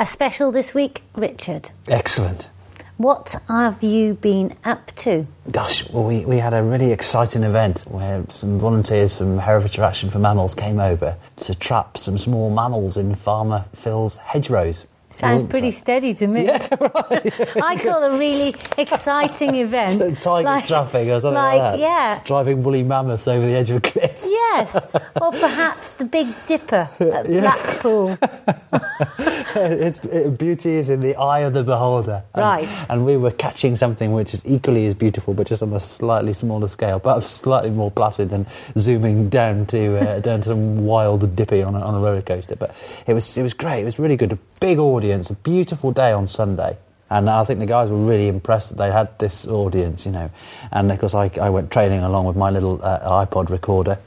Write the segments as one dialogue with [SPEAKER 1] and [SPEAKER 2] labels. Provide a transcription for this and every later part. [SPEAKER 1] A special this week, Richard.
[SPEAKER 2] Excellent.
[SPEAKER 1] What have you been up to?
[SPEAKER 2] Gosh, well, we, we had a really exciting event where some volunteers from Herefordshire Action for Mammals came over to trap some small mammals in Farmer Phil's hedgerows.
[SPEAKER 1] Sounds pretty steady to me.
[SPEAKER 2] Yeah, right.
[SPEAKER 1] I call a really exciting event.
[SPEAKER 2] Tiger trapping or something like, that.
[SPEAKER 1] Yeah.
[SPEAKER 2] Driving woolly mammoths over the edge of a cliff.
[SPEAKER 1] Yes, or perhaps the Big Dipper at Blackpool.
[SPEAKER 2] it's, it, beauty is in the eye of the beholder. And,
[SPEAKER 1] Right.
[SPEAKER 2] And we were catching something which is equally as beautiful, but just on a slightly smaller scale, perhaps slightly more placid than zooming down to uh, down to some wild dippy on a, on a roller coaster. But it was it was great. It was really good. A big audience. A beautiful day on Sunday. And I think the guys were really impressed that they had this audience, you know. And of course, I, I went trailing along with my little uh, iPod recorder.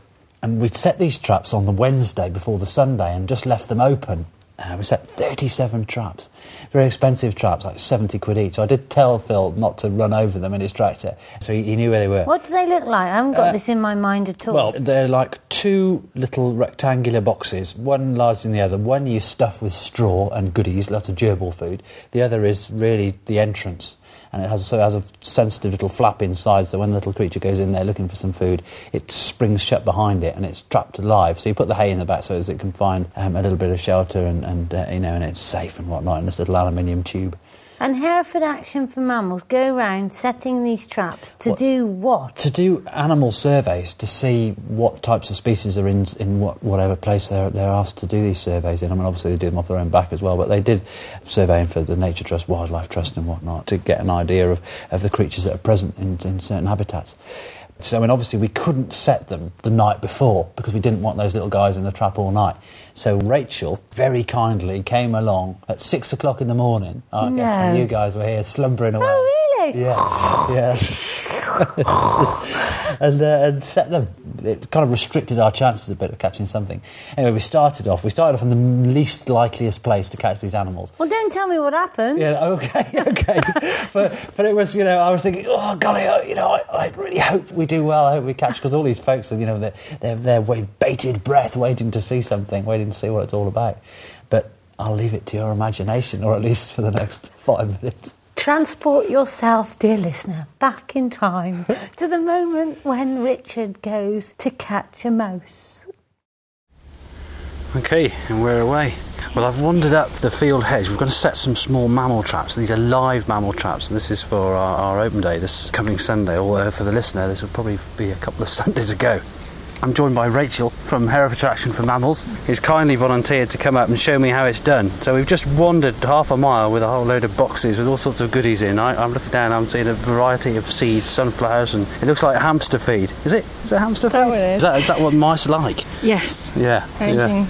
[SPEAKER 2] And we'd set these traps on the Wednesday before the Sunday and just left them open. Uh, we set 37 traps, very expensive traps, like 70 quid each. So I did tell Phil not to run over them in his tractor, so he, he knew where they were.
[SPEAKER 1] What do they look like? I haven't got this in my mind at all.
[SPEAKER 2] Uh, Well, they're like two little rectangular boxes, one larger than the other. One you stuff with straw and goodies, lots of gerbil food. The other is really the entrance. And it has, so it has a sensitive little flap inside, so when the little creature goes in there looking for some food, it springs shut behind it and it's trapped alive. So you put the hay in the back so as it can find um, a little bit of shelter and, and uh, you know, and it's safe and whatnot in this little aluminium tube.
[SPEAKER 1] and Hereford Action for Mammals go round setting these traps to do what?
[SPEAKER 2] to do animal surveys to see what types of species are in in what, whatever place they're they're asked to do these surveys in. I mean, obviously they do them off their own back as well, but they did surveying for the Nature Trust, Wildlife Trust, and whatnot to get an idea of, of the creatures that are present in, in certain habitats. So, I mean, obviously we couldn't set them the night before because we didn't want those little guys in the trap all night. So Rachel very kindly came along at six o'clock in the morning. Oh, I guess when
[SPEAKER 1] No.
[SPEAKER 2] you guys were here slumbering away.
[SPEAKER 1] Oh, really?
[SPEAKER 2] Yeah, yeah. and, uh, and set them. It kind of restricted our chances a bit of catching something. Anyway, we started off. We started off in the least likeliest place to catch these animals.
[SPEAKER 1] Well, don't tell me what happened.
[SPEAKER 2] Yeah, okay, okay. but but it was, you know, I was thinking, oh golly, I- you know, I, I really hope we do well. I hope we catch because all these folks are, you know, they're, they're they're with bated breath, waiting to see something, waiting to see what it's all about. But I'll leave it to your imagination, or at least for the next five minutes.
[SPEAKER 1] Transport yourself, dear listener, back in time to the moment when Richard goes to catch a mouse.
[SPEAKER 3] Okay, and we're away. Well, I've wandered up the field hedge. We're going to set some small mammal traps. These are live mammal traps, and this is for our, our open day this coming Sunday. Or uh, for the listener, this would probably be a couple of Sundays ago. I'm joined by Rachel from Herefordshire Action for Mammals, who's kindly volunteered to come up and show me how it's done. So we've just wandered half a mile with a whole load of boxes with all sorts of goodies in. I, I'm looking down, I'm seeing a variety of seeds, sunflowers, and it looks like hamster feed. Is it? Is it hamster feed?
[SPEAKER 4] That what it is.
[SPEAKER 3] Is that, is that what mice like?
[SPEAKER 4] Yes.
[SPEAKER 3] Yeah.
[SPEAKER 4] Anything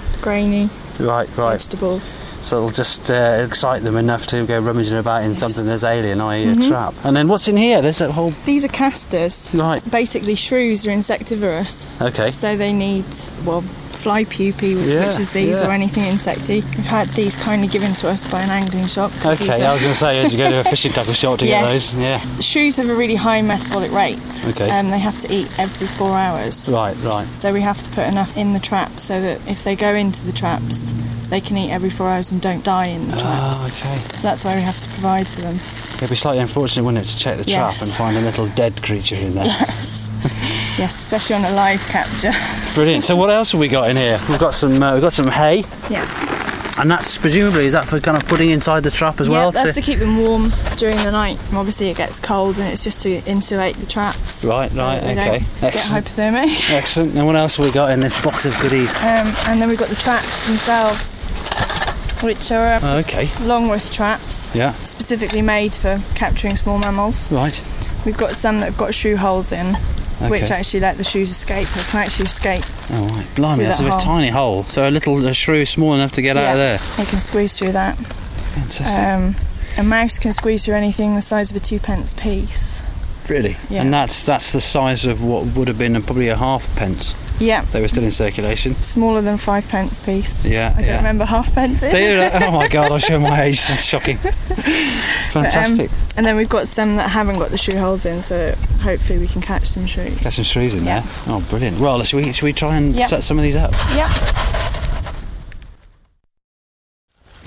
[SPEAKER 3] Yeah.
[SPEAKER 4] grainy,
[SPEAKER 3] Right. Right.
[SPEAKER 4] vegetables.
[SPEAKER 3] So it'll just uh, excite them enough to go rummaging about in something that's alien, i.e.,
[SPEAKER 4] Mm-hmm.
[SPEAKER 3] a trap. And then what's in here? There's a whole.
[SPEAKER 4] These are casters.
[SPEAKER 3] Right.
[SPEAKER 4] Basically, shrews are insectivorous,
[SPEAKER 3] Okay.
[SPEAKER 4] so they need, well, fly pupae, which,
[SPEAKER 3] Yeah,
[SPEAKER 4] which is these,
[SPEAKER 3] yeah.
[SPEAKER 4] or anything insecty. We've had these kindly given to us by an angling shop. 'cause these
[SPEAKER 3] Okay,
[SPEAKER 4] are-
[SPEAKER 3] I was going to say, you go to a fishing tackle shop to get
[SPEAKER 4] Yeah.
[SPEAKER 3] those. Yeah.
[SPEAKER 4] Shrews have a really high metabolic rate.
[SPEAKER 3] Okay.
[SPEAKER 4] Um, they have to eat every four hours.
[SPEAKER 3] Right, right.
[SPEAKER 4] So we have to put enough in the trap so that if they go into the traps, they can eat every four hours and don't die in the traps.
[SPEAKER 3] Oh, okay.
[SPEAKER 4] So that's why we have to provide for them.
[SPEAKER 3] It'd be slightly unfortunate, wouldn't it, to check the trap
[SPEAKER 4] Yes.
[SPEAKER 3] and find a little dead creature in there.
[SPEAKER 4] Yes, especially on a live capture.
[SPEAKER 3] Brilliant. So what else have we got in here? We've got some. Uh, we've got some hay,
[SPEAKER 4] yeah.
[SPEAKER 3] and that's presumably is that for kind of putting inside the trap as well.
[SPEAKER 4] Yeah, that's
[SPEAKER 3] to-
[SPEAKER 4] to keep them warm during the night. And Obviously, it gets cold, and it's just to insulate the traps.
[SPEAKER 3] Right,
[SPEAKER 4] so
[SPEAKER 3] right,
[SPEAKER 4] that they
[SPEAKER 3] okay.
[SPEAKER 4] Don't get
[SPEAKER 3] Excellent.
[SPEAKER 4] hypothermic.
[SPEAKER 3] Excellent. And what else have we got in this box of goodies?
[SPEAKER 4] Um, and then we've got the traps themselves, which are uh,
[SPEAKER 3] Oh, okay.
[SPEAKER 4] Longworth traps,
[SPEAKER 3] Yeah.
[SPEAKER 4] specifically made for capturing small mammals.
[SPEAKER 3] Right.
[SPEAKER 4] We've got some that have got shoe holes in, which
[SPEAKER 3] Okay.
[SPEAKER 4] actually let the shoes escape. They can actually escape.
[SPEAKER 3] Oh, right. Blimey,
[SPEAKER 4] Through
[SPEAKER 3] that's
[SPEAKER 4] that
[SPEAKER 3] a
[SPEAKER 4] hole.
[SPEAKER 3] tiny hole. So a little a shrew small enough to get out of there. Uh,
[SPEAKER 4] They can squeeze through that.
[SPEAKER 3] Fantastic.
[SPEAKER 4] Um, a mouse can squeeze through anything the size of a two pence piece.
[SPEAKER 3] really?
[SPEAKER 4] yeah.
[SPEAKER 3] And that's that's the size of what would have been probably a half pence.
[SPEAKER 4] Yeah.
[SPEAKER 3] They were still in circulation.
[SPEAKER 4] Smaller than five pence piece.
[SPEAKER 3] Yeah.
[SPEAKER 4] I don't
[SPEAKER 3] yeah.
[SPEAKER 4] remember half fences.
[SPEAKER 3] They were like- oh my god, I show my age. That's shocking.
[SPEAKER 4] um,
[SPEAKER 3] Fantastic.
[SPEAKER 4] and then we've got some that haven't got the shoe holes in, so hopefully we can catch some shoes.
[SPEAKER 3] Got some shrews in
[SPEAKER 4] yeah.
[SPEAKER 3] there. Oh, brilliant. Well, should we, should we try and
[SPEAKER 4] Yeah.
[SPEAKER 3] set some of these up?
[SPEAKER 4] Yeah.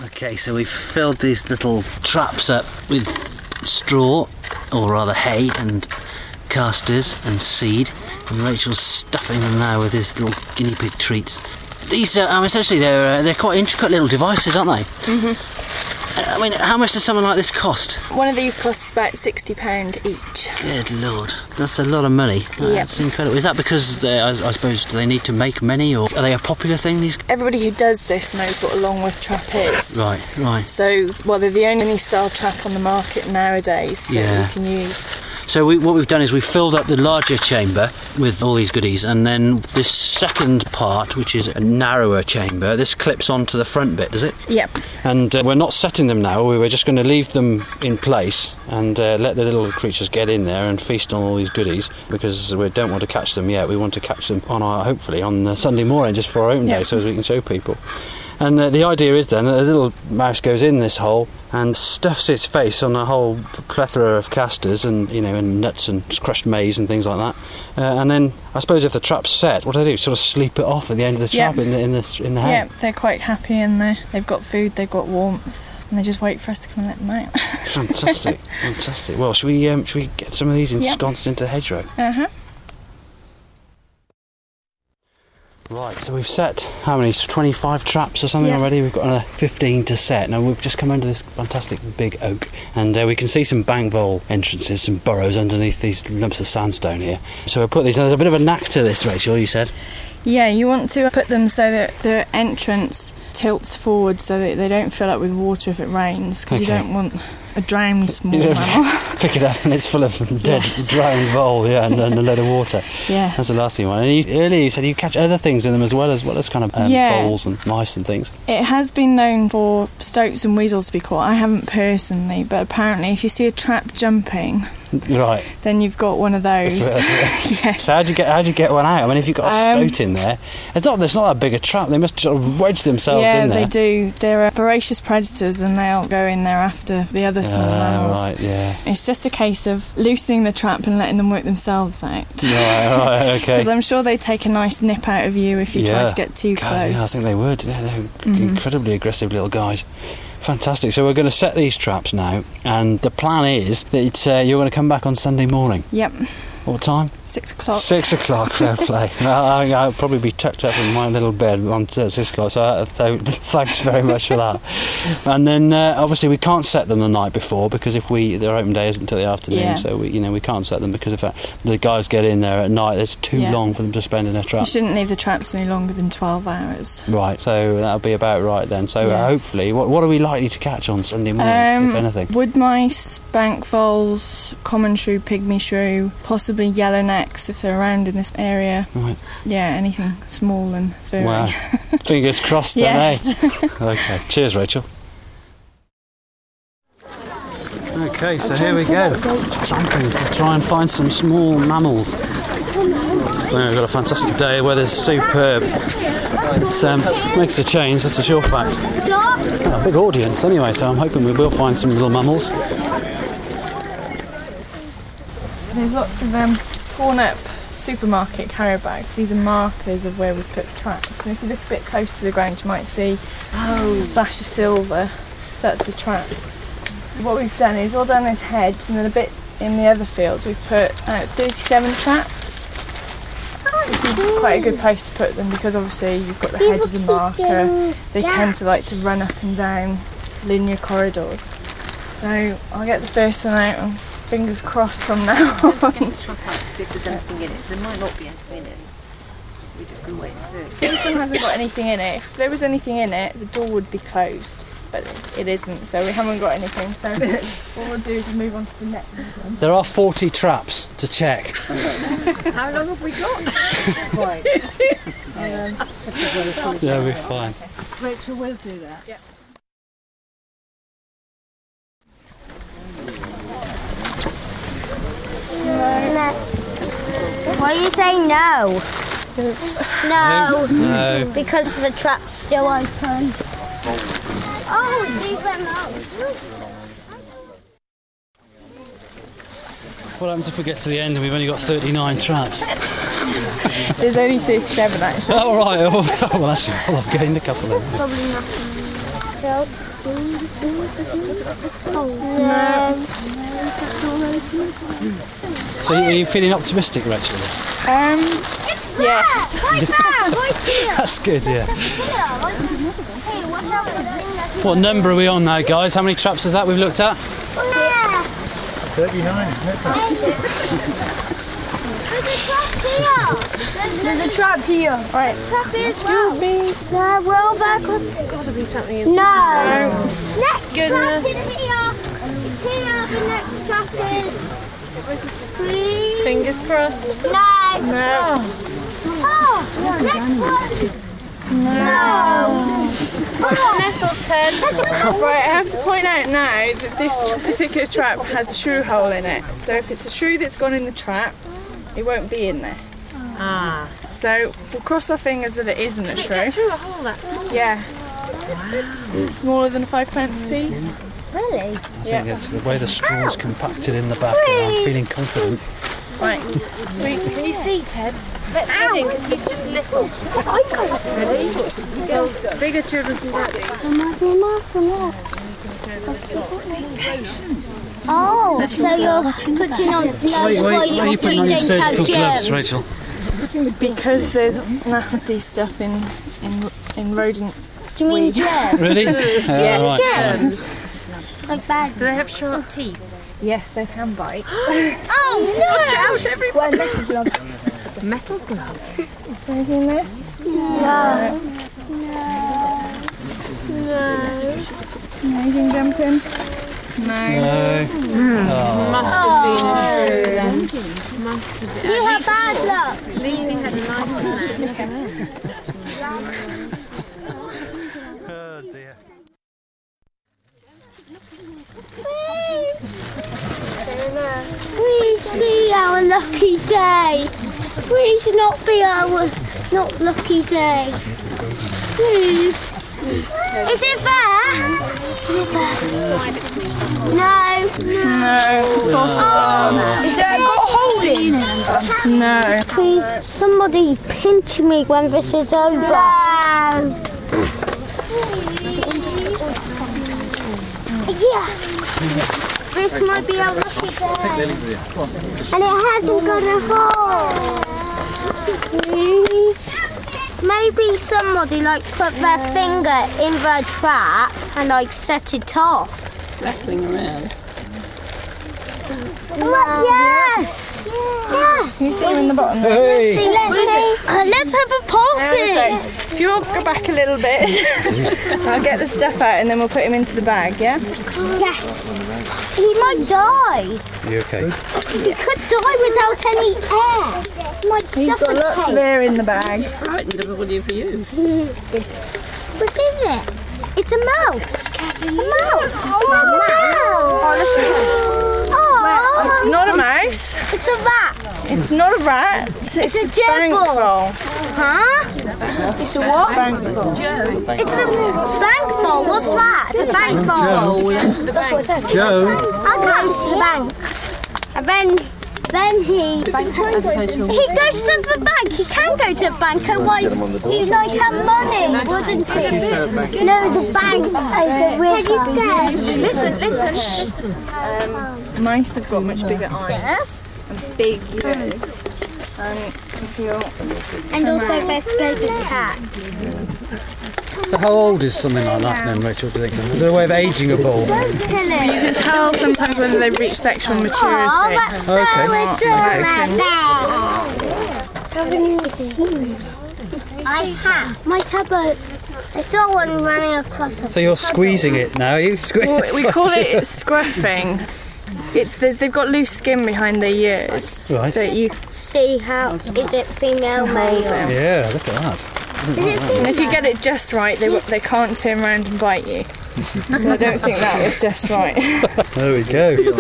[SPEAKER 3] Okay, so we've filled these little traps up with straw, or rather hay, and casters and seed. And Rachel's stuffing them now with his little guinea pig treats. These are um, essentially they're uh, they're quite intricate little devices, aren't they? Mm-hmm. I mean, how much does something like this cost?
[SPEAKER 4] One of these costs about sixty pound each.
[SPEAKER 3] Good lord, that's a lot of money. That's incredible. Is that because they, I, I suppose do they need to make many, or are they a popular thing? These
[SPEAKER 4] Everybody who does this knows what a longworth trap is.
[SPEAKER 3] right, right.
[SPEAKER 4] So, well, they're the only style trap on the market nowadays. So
[SPEAKER 3] Yeah.
[SPEAKER 4] you can use.
[SPEAKER 3] So we, what we've done is we've filled up the larger chamber with all these goodies, and then this second part, which is a narrower chamber, this clips onto the front bit, does it?
[SPEAKER 4] Yep.
[SPEAKER 3] And uh, we're not setting them now. We were just going to leave them in place and uh, let the little creatures get in there and feast on all these goodies because we don't want to catch them yet. We want to catch them on our hopefully on uh, Sunday morning just for our own
[SPEAKER 4] Yeah.
[SPEAKER 3] day, so as we can show people. And uh, the idea is then that a little mouse goes in this hole and stuffs its face on a whole plethora of casters and you know and nuts and crushed maize and things like that. Uh, and then I suppose if the trap's set, what do I do? Sort of sleep it off at the end of the
[SPEAKER 4] Yeah.
[SPEAKER 3] trap in the in the in the hay.
[SPEAKER 4] Yep, they're quite happy in there. They've got food, they've got warmth, and they just wait for us to come and let them out.
[SPEAKER 3] Fantastic, fantastic. Well, should we um, should we get some of these
[SPEAKER 4] Yeah.
[SPEAKER 3] ensconced into the hedgerow?
[SPEAKER 4] Uh huh.
[SPEAKER 3] Right. So we've set how many? Twenty-five traps or something
[SPEAKER 4] Yeah.
[SPEAKER 3] already. We've got another fifteen to set. Now we've just come under this fantastic big oak, and uh, we can see some bank vole entrances, some burrows underneath these lumps of sandstone here. So we put these. Now, there's a bit of a knack to this, Rachel. You said.
[SPEAKER 4] Yeah, you want to put them so that the entrance tilts forward so that they don't fill up with water if it rains, because
[SPEAKER 3] Okay.
[SPEAKER 4] you don't want a drowned small
[SPEAKER 3] You don't-
[SPEAKER 4] mammal.
[SPEAKER 3] Pick it up, and it's full of dead,
[SPEAKER 4] Yes.
[SPEAKER 3] drowned vole. Yeah, and, and a load of water.
[SPEAKER 4] yes.
[SPEAKER 3] That's the last thing you want. And you, earlier you said you catch other things in them as well as well as kind of um,
[SPEAKER 4] Yeah.
[SPEAKER 3] voles and mice and things.
[SPEAKER 4] It has been known for stoats and weasels to be caught. I haven't personally, but apparently, if you see a trap jumping,
[SPEAKER 3] Right.
[SPEAKER 4] then you've got one of those.
[SPEAKER 3] That's
[SPEAKER 4] yes.
[SPEAKER 3] So how'd you get how'd you get one out? I mean, if you've got a
[SPEAKER 4] Um,
[SPEAKER 3] stoat in there, it's not there's not that big a trap. They must sort of wedge themselves
[SPEAKER 4] Yeah,
[SPEAKER 3] in there.
[SPEAKER 4] they do. They're uh, voracious predators and they'll go in there after the other small
[SPEAKER 3] Ah,
[SPEAKER 4] mammals.
[SPEAKER 3] right, yeah.
[SPEAKER 4] It's just a case of loosening the trap and letting them work themselves out.
[SPEAKER 3] Right, right, okay.
[SPEAKER 4] Because I'm sure they take a nice nip out of you if you try
[SPEAKER 3] Yeah.
[SPEAKER 4] to get too
[SPEAKER 3] God,
[SPEAKER 4] close. Mm-hmm.
[SPEAKER 3] yeah, I think they would. Yeah, they're incredibly aggressive little guys. Fantastic. So we're going to set these traps now, and the plan is that uh, you're going to come back on Sunday morning.
[SPEAKER 4] Yep,
[SPEAKER 3] What time?
[SPEAKER 4] six o'clock.
[SPEAKER 3] Six o'clock, fair play. No, I, I'll probably be tucked up in my little bed on t- six o'clock, so, uh, so thanks very much for that. And then uh, obviously we can't set them the night before because if we their open day isn't until the afternoon,
[SPEAKER 4] Yeah.
[SPEAKER 3] so we, you know we can't set them because if uh, the guys get in there at night, it's too
[SPEAKER 4] Yeah.
[SPEAKER 3] long for them to spend in a
[SPEAKER 4] You
[SPEAKER 3] trap.
[SPEAKER 4] shouldn't leave the traps any longer than 12 hours.
[SPEAKER 3] Right, so that'll be about right then. So uh,
[SPEAKER 4] Yeah.
[SPEAKER 3] hopefully, what what are we likely to catch on Sunday morning, if anything?
[SPEAKER 4] Um, wood mice, bank voles, common shrew, pygmy shrew, possibly yellow necks if they're around in this area.
[SPEAKER 3] Right.
[SPEAKER 4] Yeah, anything small and furry.
[SPEAKER 3] Wow. Fingers crossed, then, eh?
[SPEAKER 4] Yes.
[SPEAKER 3] Okay. Cheers, Rachel. Okay, so here we go. Tramping to try and find some small mammals. Now we've got a fantastic day. Weather's superb. It um, makes a change, that's a sure fact. A big audience anyway, so I'm hoping we will find some little mammals.
[SPEAKER 4] There's lots of um, torn up supermarket carrier bags. These are markers of where we put traps. And if you look a bit close to the ground, you might see a flash of silver. So that's the trap. What we've done is all down this hedge and then a bit in the other field, we've put uh, 37 traps. This is quite a good place to put them because obviously you've got the hedge as a marker. They tend to like to run up and down linear corridors. So I'll get the first one out and fingers crossed from now on.
[SPEAKER 5] Get the trap out to see if there's anything in it. There might not be anything in it. We're just going to wait and see.
[SPEAKER 4] This one hasn't got anything in it. If there was anything in it, the door would be closed, but it isn't, so we haven't got anything. So what we'll do is move on to the next one.
[SPEAKER 3] There are 40 traps to check.
[SPEAKER 5] How long have we got?
[SPEAKER 3] They'll be fine.
[SPEAKER 5] Rachel will do that.
[SPEAKER 6] Why you say no? No,
[SPEAKER 3] No.
[SPEAKER 6] because the trap's still open. Oh, leave them out.
[SPEAKER 3] What happens if we get to the end and we've only got 39 traps?
[SPEAKER 4] There's only 37 actually.
[SPEAKER 3] All right. Well, that's, well, I've gained a couple of
[SPEAKER 6] Probably not. No.
[SPEAKER 3] So are you feeling optimistic, Rachel?
[SPEAKER 4] Um,
[SPEAKER 6] It's there.
[SPEAKER 4] Yes.
[SPEAKER 6] Right there. Right here.
[SPEAKER 3] That's good, yeah.
[SPEAKER 6] Yeah, right here. Hey, watch out for the thing that you-
[SPEAKER 3] What number are we on now, guys? How many traps is that we've looked at?
[SPEAKER 6] There.
[SPEAKER 7] 39, isn't it?
[SPEAKER 6] There's a trap here. There's, a trap here. Right.
[SPEAKER 4] excuse me.
[SPEAKER 6] No, roll backwards. There's got to be something in No. Next trap is here. It's here. The next trap is. Please.
[SPEAKER 4] Fingers crossed.
[SPEAKER 6] No. No. Oh, next one. No.
[SPEAKER 4] Ethel's turn. right, I have to point out now that this particular trap has a shrew hole in it. So if it's a shrew that's gone in the trap, it won't be in there. Ah. So we'll cross our fingers that it isn't a shrew.
[SPEAKER 5] Through a hole that small.
[SPEAKER 4] Yeah. It's smaller than a five pence piece.
[SPEAKER 6] Really?
[SPEAKER 3] I think it's the way the straw's compacted in the back. I'm feeling confident.
[SPEAKER 4] Right.
[SPEAKER 5] Can you see Ted? Let Ted in because he's just little. Ready? Bigger children can do it.
[SPEAKER 6] Oh, so you're putting on gloves while you, you, don't have germs.
[SPEAKER 3] Rachel?
[SPEAKER 4] Because there's nasty stuff in in in rodent.
[SPEAKER 6] Do you mean germs?
[SPEAKER 3] Really? yeah.
[SPEAKER 6] like bad
[SPEAKER 5] Do they have sharp teeth?
[SPEAKER 4] Yes, they can bite.
[SPEAKER 6] Oh no!
[SPEAKER 4] Out
[SPEAKER 6] Watch
[SPEAKER 4] everyone!
[SPEAKER 5] Metal glove.
[SPEAKER 4] Anything there?
[SPEAKER 6] No.
[SPEAKER 4] Anything jumping? No.
[SPEAKER 5] Hmm. Must have been a shrew then.
[SPEAKER 6] Oh. You have bad luck.
[SPEAKER 5] At least he had a nice snack.
[SPEAKER 3] Oh dear.
[SPEAKER 6] Please. Please be our lucky day. Please not be our not lucky day. Please. Is it fair? Is it fair? No.
[SPEAKER 4] No. It's also
[SPEAKER 6] Is there got holding?
[SPEAKER 4] no.
[SPEAKER 6] Please, somebody pinch me when this is over. Yeah. This might be our lucky day. And it hasn't got a hole. Please. Maybe somebody like put their finger in the trap and like set it off. Rattling around. Yes. Yes.
[SPEAKER 4] Can you see him in the bottom?
[SPEAKER 6] Let's see, let's see. Uh, let's have a party.
[SPEAKER 4] If you all go back a little bit, I'll get the stuff out and then we'll put him into the bag, yeah?
[SPEAKER 6] Yes. He might die.
[SPEAKER 3] You okay?
[SPEAKER 6] He could die without any air. He might
[SPEAKER 4] He's got lots of
[SPEAKER 6] suffocate.
[SPEAKER 4] air in the bag.
[SPEAKER 6] What is it? It's a mouse. A mouse. Oh, a mouse.
[SPEAKER 4] Honestly. It's
[SPEAKER 6] Oh,
[SPEAKER 4] not a mouse,
[SPEAKER 6] it's a rat.
[SPEAKER 4] it's not a rat, it's,
[SPEAKER 6] It's a
[SPEAKER 4] bank
[SPEAKER 6] gerbil.
[SPEAKER 4] roll.
[SPEAKER 6] Huh? It's a what?
[SPEAKER 4] Bank roll.
[SPEAKER 6] It's a bank ball. What's that? It's a bank ball. That's what it says.
[SPEAKER 3] Joe.
[SPEAKER 6] I can't see the bank. And then, then he he goes to the bank. He can go to the bank, otherwise he's like have money, wouldn't he? No, the bank is the river.
[SPEAKER 4] Listen, listen, listen. Um, mice have got much bigger eyes and big ears. And if you're
[SPEAKER 6] And also they're scared of cats.
[SPEAKER 3] So how old is something like that then, Rachel? Do you think? Is there a way of aging a ball?
[SPEAKER 6] Don't kill him.
[SPEAKER 4] can tell sometimes whether they've reached sexual
[SPEAKER 6] Oh,
[SPEAKER 4] maturity.
[SPEAKER 6] that's so
[SPEAKER 3] Okay.
[SPEAKER 6] adorable. I have. Might have a. I saw one running across a
[SPEAKER 3] So you're squeezing it now. Are you squeezing.
[SPEAKER 4] We call it scruffing. It's there's- they've got loose skin behind their ears
[SPEAKER 3] Right.
[SPEAKER 4] that you
[SPEAKER 6] See how is it female male?
[SPEAKER 3] Yeah. Look at that.
[SPEAKER 6] Is it female?
[SPEAKER 4] And if you get it just right, they they can't turn around and bite you. And I don't think that was just right. So
[SPEAKER 3] There we go.
[SPEAKER 6] Torture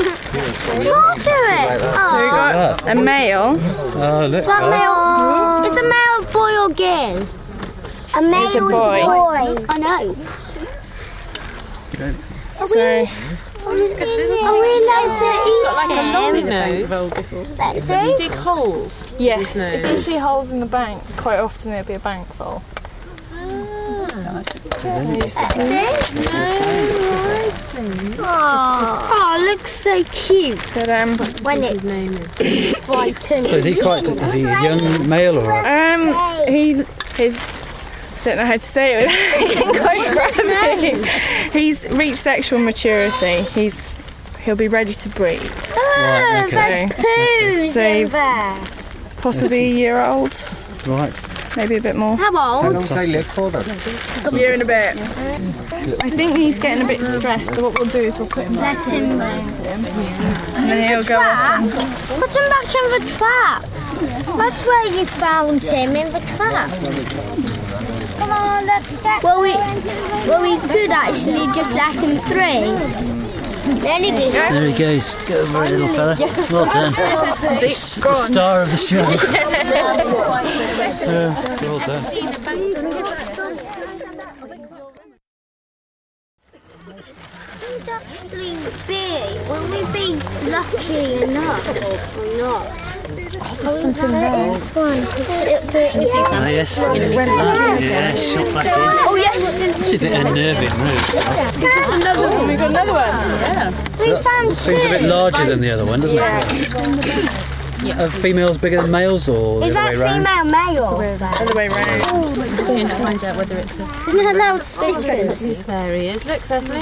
[SPEAKER 6] it.
[SPEAKER 4] we
[SPEAKER 6] Oh,
[SPEAKER 4] got a male.
[SPEAKER 3] Oh look.
[SPEAKER 6] it's a male. It's a male boy or girl. A male
[SPEAKER 4] a boy.
[SPEAKER 6] I know.
[SPEAKER 4] So
[SPEAKER 6] Are we allowed to eat him?
[SPEAKER 5] nose.
[SPEAKER 6] Let's see.
[SPEAKER 5] Big holes.
[SPEAKER 4] yes,
[SPEAKER 5] With
[SPEAKER 4] if you see holes in the bank, quite often there'll be a bank full.
[SPEAKER 6] This?
[SPEAKER 4] I see.
[SPEAKER 6] Oh, looks so cute.
[SPEAKER 4] But um,
[SPEAKER 6] When it's frightened.
[SPEAKER 3] So is he quite? Is he a young male or? A,
[SPEAKER 4] um, he his don't know how to say it. without getting quite graphic. He's reached sexual maturity. He's he'll be ready to breed.
[SPEAKER 8] Ah,
[SPEAKER 6] Oh,
[SPEAKER 3] okay.
[SPEAKER 6] there's poos
[SPEAKER 4] So-
[SPEAKER 6] in there.
[SPEAKER 4] Possibly a year old,
[SPEAKER 3] right.
[SPEAKER 4] maybe a bit more.
[SPEAKER 6] How old?
[SPEAKER 4] year and a bit. I think he's getting a bit stressed. So what we'll do is we'll put him back,
[SPEAKER 6] Let him back.
[SPEAKER 4] and then he'll go. off.
[SPEAKER 6] Put him back in the trap. That's where you found him in the trap. Come on, let's get.
[SPEAKER 8] Well, we well we could actually just let him through. Then he'd be
[SPEAKER 3] There he goes. Go over it, little fella. Well done. S- Star of the show. Yeah, well done.
[SPEAKER 6] We'd actually be, will we be lucky enough or not? There's something there.
[SPEAKER 3] Ah, yes. Yeah, shot back in.
[SPEAKER 8] Oh yes,
[SPEAKER 3] It's a bit unnerving, really.
[SPEAKER 4] Oh, we've got another one.
[SPEAKER 6] We found
[SPEAKER 3] Seems a bit
[SPEAKER 6] two.
[SPEAKER 3] larger than the other one, doesn't it? Are females bigger than males or the
[SPEAKER 6] Is
[SPEAKER 3] other
[SPEAKER 6] that
[SPEAKER 3] way round?
[SPEAKER 6] female male? Oh,
[SPEAKER 4] Other way round.
[SPEAKER 5] Find out whether it's a
[SPEAKER 6] Isn't it loud stickers?
[SPEAKER 5] there he is. Look, Cecily.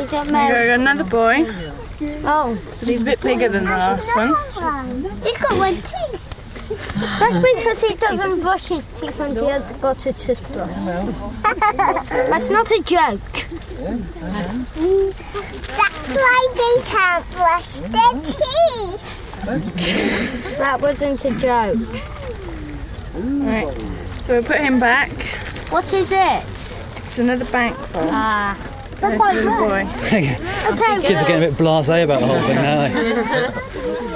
[SPEAKER 6] Is it
[SPEAKER 4] We've
[SPEAKER 6] male?
[SPEAKER 4] got another boy,
[SPEAKER 6] Oh.
[SPEAKER 4] but he's a bit bigger than the last one.
[SPEAKER 6] He's got one teeth. That's because he doesn't brush his teeth and he has got a toothbrush. That's not a joke.
[SPEAKER 8] that's why they can't brush their teeth.
[SPEAKER 6] That wasn't a joke.
[SPEAKER 4] Right. So we'll put him back.
[SPEAKER 6] What is it?
[SPEAKER 4] It's another bank bowl.
[SPEAKER 6] Ah.
[SPEAKER 4] There's the little boy.
[SPEAKER 6] Okay.
[SPEAKER 3] Kids are getting a bit blasé about the whole thing, aren't they?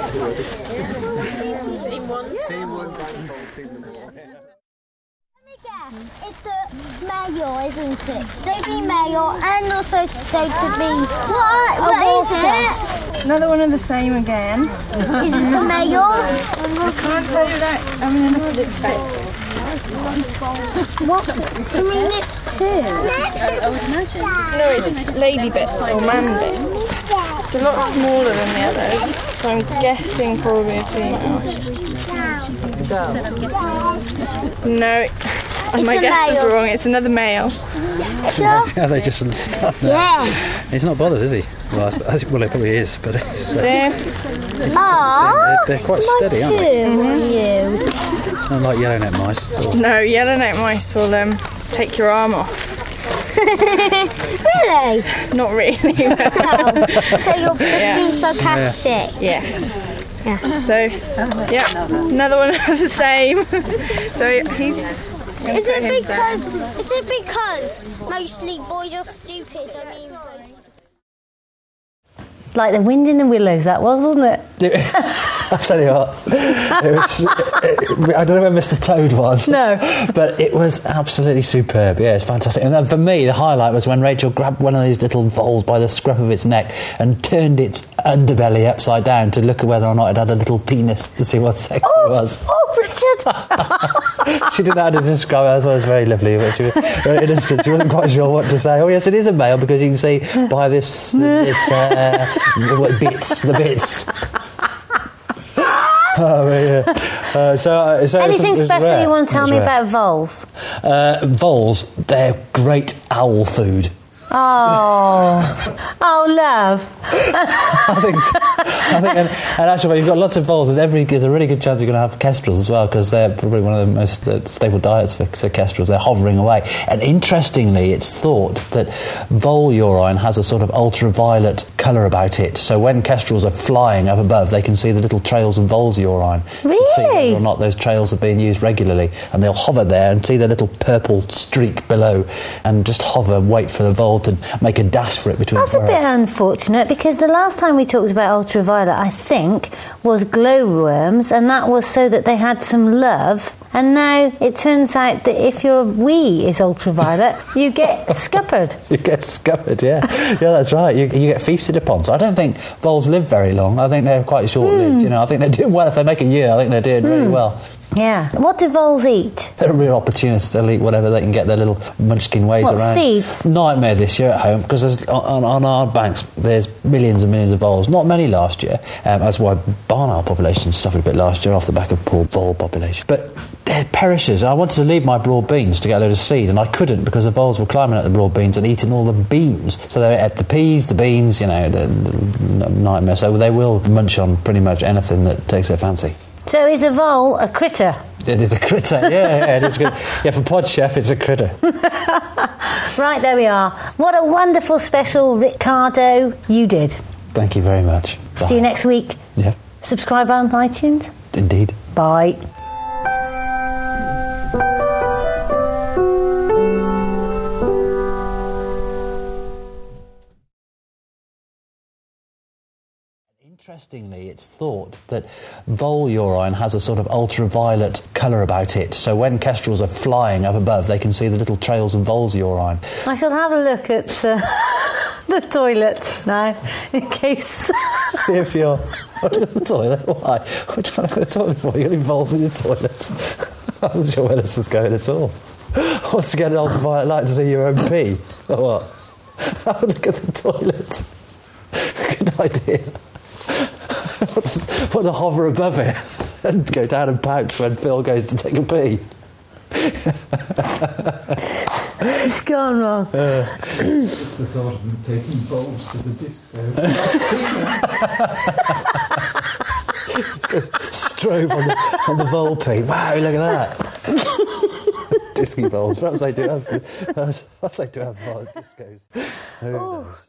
[SPEAKER 8] Yeah,
[SPEAKER 6] It's a mayo, isn't it? Stay be mayo and also stay to be what,
[SPEAKER 8] what is
[SPEAKER 6] water.
[SPEAKER 4] Another one of the same again.
[SPEAKER 6] Is it a mayo?
[SPEAKER 4] I can't tell you that. I mean, look at its face.
[SPEAKER 6] I mean, it's poo.
[SPEAKER 4] No, Oh, it's lady bits or man bits. It's a lot smaller than the others, so I'm guessing probably a female. No, my
[SPEAKER 6] a
[SPEAKER 4] guess is
[SPEAKER 6] male.
[SPEAKER 4] wrong. It's another male.
[SPEAKER 3] Are they just stand there?
[SPEAKER 6] Yes.
[SPEAKER 3] He's not bothered, is he? Well, I- I- well he probably is, but it's, uh,
[SPEAKER 4] There.
[SPEAKER 6] Aww.
[SPEAKER 3] they're, they're quite steady, aren't they?
[SPEAKER 6] You.
[SPEAKER 3] Not like yellowneck mice at all.
[SPEAKER 4] No, yellowneck mice will um, take your arm off.
[SPEAKER 6] Really?
[SPEAKER 4] Not really. but
[SPEAKER 6] So you're just being sarcastic.
[SPEAKER 4] yes. So, yeah, another one of the same. so he's. gonna
[SPEAKER 6] Is it
[SPEAKER 4] put him down.
[SPEAKER 6] because? Is it because mostly boys are stupid? I mean.
[SPEAKER 1] Like the wind in the willows, that was, wasn't it?
[SPEAKER 2] I'll tell you what. It was, it- I don't know where Mr. Toad was.
[SPEAKER 1] No.
[SPEAKER 2] But it was absolutely superb. Yeah, it's fantastic. And then for me, the highlight was when Rachel grabbed one of these little voles by the scruff of its neck and turned its underbelly upside down to look at whether or not it had a little penis to see what sex it was.
[SPEAKER 1] Oh, Richard!
[SPEAKER 2] She didn't know how to describe it. I thought it was very lovely. But she was very innocent. She wasn't quite sure what to say. Oh, yes, it is a male because you can see by this, this uh, what, bits, the bits. Oh, yeah. Uh, so, uh, so it was- it
[SPEAKER 1] Anything
[SPEAKER 2] was
[SPEAKER 1] special
[SPEAKER 2] rare.
[SPEAKER 1] you want to
[SPEAKER 2] It
[SPEAKER 1] tell
[SPEAKER 2] was
[SPEAKER 1] me
[SPEAKER 2] rare.
[SPEAKER 1] about voles?
[SPEAKER 2] Uh, voles, they're great owl food.
[SPEAKER 1] Oh, oh, love.
[SPEAKER 2] I think, I think and, and actually, you've got lots of voles. There's, every, there's a really good chance you're going to have kestrels as well because they're probably one of the most uh, stable diets for, for kestrels. They're hovering away. And interestingly, it's thought that vole urine has a sort of ultraviolet colour about it. So when kestrels are flying up above, they can see the little trails of vole's urine. To see
[SPEAKER 1] Really?
[SPEAKER 2] whether or not those trails are being used regularly. And they'll hover there and see the little purple streak below and just hover and wait for the vole to make a dash for it between
[SPEAKER 1] That's
[SPEAKER 2] the
[SPEAKER 1] a bit unfortunate because the last time we talked about ultraviolet, I think, was glowworms, and that was so that they had some love. And now it turns out that if your wee is ultraviolet, you get scuppered.
[SPEAKER 2] You get scuppered, yeah. Yeah, that's right. You, you get feasted upon. So I don't think voles live very long. I think they're quite short lived. You know, I think they do well if they make a year. I think they're doing really well.
[SPEAKER 1] Yeah. What do voles eat?
[SPEAKER 2] They're a real opportunist. They'll eat whatever they can get their little munchkin ways
[SPEAKER 1] What,
[SPEAKER 2] around.
[SPEAKER 1] seeds?
[SPEAKER 2] Nightmare this year at home because there's, on, on our banks there's millions and millions of voles. Not many last year. Um, that's why barn owl population suffered a bit last year off the back of poor vole population. But they're perishers. I wanted to leave my broad beans to get a load of seed and I couldn't because the voles were climbing up the broad beans and eating all the beans. So they ate the peas, the beans, you know, the, the nightmare. So they will munch on pretty much anything that takes their fancy.
[SPEAKER 1] So is a vole a critter?
[SPEAKER 2] It is a critter, yeah, yeah, it is good. Yeah, for Pod Chef, it's a critter.
[SPEAKER 1] Right, there we are. What a wonderful special Ricardo you did.
[SPEAKER 2] Thank you very much. Bye.
[SPEAKER 1] See you next week.
[SPEAKER 2] Yeah,
[SPEAKER 1] Subscribe on iTunes.
[SPEAKER 2] indeed.
[SPEAKER 1] Bye.
[SPEAKER 2] Interestingly, it's thought that vole urine has a sort of ultraviolet colour about it. So when kestrels are flying up above, they can see the little trails of vole's urine.
[SPEAKER 1] I shall have a look at uh, the toilet now, in case.
[SPEAKER 2] See if you're going to the toilet. Why? What are you trying to go to the toilet for? You're getting voles in your toilet. I wasn't sure where this was going at all. What's to get an ultraviolet light to see your own pee? Or what? Have a look at the toilet. Good idea. Just put a hover above it and go down and pounce when Phil goes to take a pee.
[SPEAKER 1] It's gone wrong.
[SPEAKER 7] It's the thought of them taking bowls to the disco.
[SPEAKER 2] Strobe on the, on the vole pee. Wow, look at that. Disco voles. Perhaps they do have, perhaps they do have vole discos. Who knows?